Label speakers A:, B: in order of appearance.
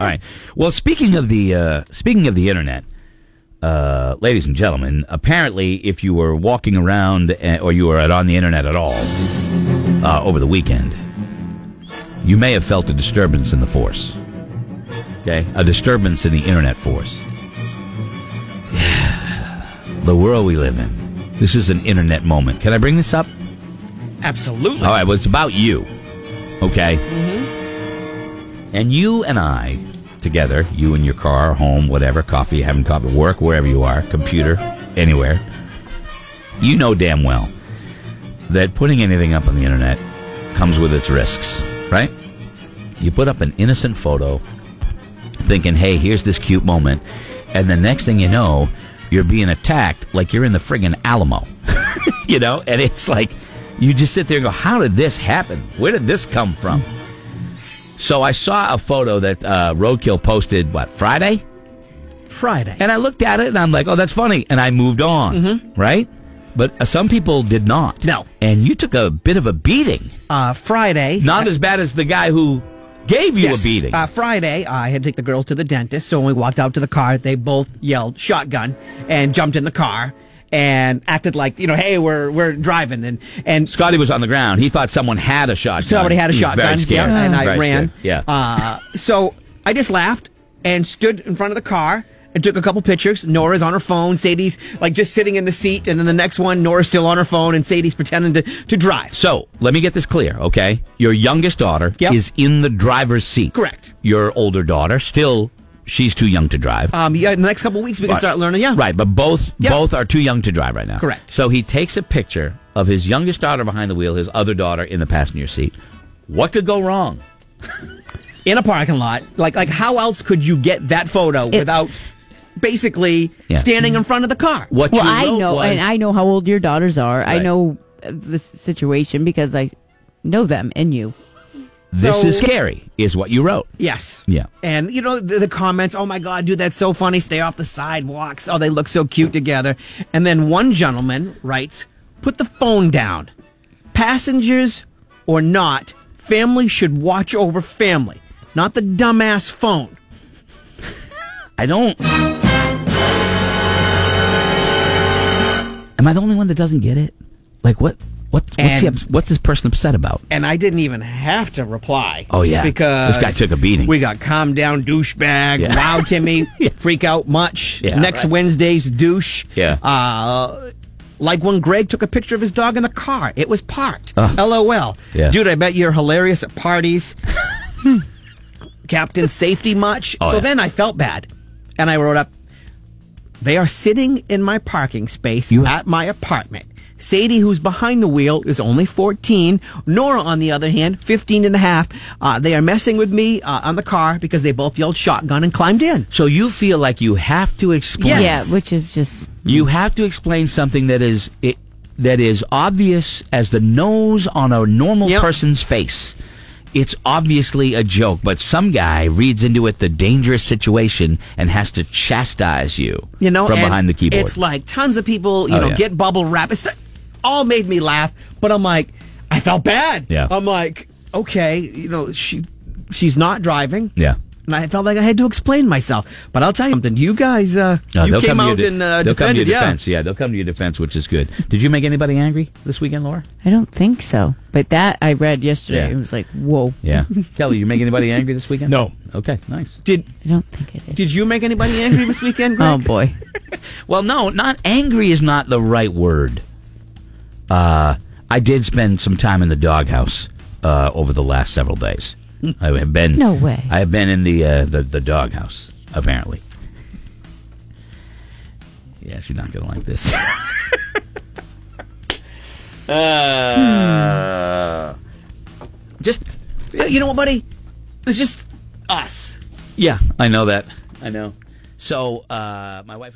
A: All right. Well, speaking of the uh, speaking of the internet, uh, ladies and gentlemen, apparently, if you were walking around uh, or you were at- on the internet at all uh, over the weekend, you may have felt a disturbance in the force. Okay, a disturbance in the internet force. the world we live in. This is an internet moment. Can I bring this up?
B: Absolutely.
A: All right, well, it's about you. Okay? And you and I, together, you in your car, home, whatever, coffee, having coffee, work, wherever you are, computer, anywhere, you know damn well that putting anything up on the internet comes with its risks, right? You put up an innocent photo thinking, hey, here's this cute moment. And the next thing you know, you're being attacked like you're in the friggin' Alamo. you know? And it's like, you just sit there and go, how did this happen? Where did this come from? So I saw a photo that uh, Roadkill posted, what, Friday?
B: Friday.
A: And I looked at it and I'm like, oh, that's funny. And I moved on, right? But uh, some people did not.
B: Mm-hmm. No.
A: And you took a bit of a beating.
B: Uh, Friday.
A: Not as bad as the guy who gave you a beating.
B: Uh, Friday, I had to take the girls to the dentist. So when we walked out to the car, they both yelled "shotgun" and jumped in the car and acted like you know, hey, we're we're driving and and
A: Scotty was on the ground. He thought someone had a shotgun.
B: Somebody had a
A: He was
B: shotgun.
A: Very scared.
B: Yeah, and I
A: Very
B: ran.
A: scared. Yeah.
B: Uh, so I just laughed and stood in front of the car and took a couple pictures. Nora's on her phone. Sadie's like just sitting in the seat. And then the next one, Nora's still on her phone and Sadie's pretending to, to drive.
A: so let me get this clear, okay? Your youngest daughter
B: Yep.
A: is in the driver's seat.
B: Correct.
A: Your older daughter still, she's too young to drive.
B: Um, yeah, in the next couple weeks, we can
A: Right.
B: start learning. Yeah.
A: Right, but both
B: Yeah.
A: both are too young to drive right now.
B: Correct.
A: So he takes a picture of his youngest daughter behind the wheel, his other daughter in the passenger seat. What could go wrong?
B: In a parking lot. Like, like how else could you get that photo without basically
A: Yeah.
B: standing in front of the car?
A: What
C: Well,
A: you
C: I
A: wrote
C: know,
A: was,
C: and I know how old your daughters are. I
A: Right.
C: know uh, the s- situation because I know them and you.
A: this
B: So-
A: is scary, is what you wrote.
B: Yes.
A: Yeah.
B: And you know the, the comments. Oh my God, dude, that's so funny. Stay off the sidewalks. Oh, they look so cute together. And then one gentleman writes, "Put the phone down. Passengers or not, family should watch over family, not the dumbass phone."
A: I don't. Am I the only one that doesn't get it? Like what? What? What's,
B: And-
A: he ups- what's this person upset about?
B: And I didn't even have to reply.
A: Oh, yeah.
B: because
A: This guy took a beating.
B: We got calm down, douchebag.
A: Yeah.
B: Wow, Timmy, freak out much.
A: Yeah,
B: Next
A: right.
B: Wednesday's douche.
A: Yeah.
B: Uh, like when Greg took a picture of his dog in the car. It was parked.
A: Ugh.
B: LOL.
A: Yeah.
B: Dude, I bet you're hilarious at parties. Captain Safety much.
A: Oh,
B: so
A: yeah.
B: then I felt bad, and I wrote up. They are sitting in my parking space at my apartment. Sadie, who's behind the wheel, is only 14. Nora, on the other hand, 15 and a half. Uh, they are messing with me uh, on the car because they both yelled shotgun and climbed in.
A: So you feel like you have to explain.
B: Yes.
C: Yeah, which is just
A: You have to explain something that is it, that is obvious as the nose on a normal
B: Yep.
A: person's face. It's obviously a joke, but some guy reads into it the dangerous situation and has to chastise you.
B: You know,
A: from
B: and
A: behind the keyboard.
B: It's like tons of people, you
A: Oh,
B: know,
A: yeah.
B: get bubble wrap. It's all made me laugh, but I'm like, I felt bad.
A: Yeah.
B: I'm like, okay, you know, she she's not driving.
A: Yeah.
B: And I felt like I had to explain myself. But I'll tell you something. You guys, uh,
A: No,
B: you
A: they'll
B: came
A: come to your
B: out
A: de-
B: and uh,
A: they'll come to
B: defended.
A: your
B: yeah.
A: defense. Yeah, they'll come to your defense, which is good. Did you make anybody angry this weekend, Laura?
C: I don't think so. But that I read yesterday.
A: Yeah.
C: It was like, whoa.
A: Yeah, Kelly, you make anybody angry this weekend?
B: No.
A: Okay, nice.
B: Did
C: I don't think it is.
B: did you make anybody angry this weekend? Greg?
C: oh boy.
A: Well, no, not angry is not the right word. Uh, I did spend some time in the doghouse uh, over the last several days. I have been
C: No way.
A: I have been in the uh, the, the doghouse apparently. Yeah, she's not gonna like this. uh, just
B: Uh, You know what, buddy? It's just us.
A: yeah, I know that. I know. So uh, my wife.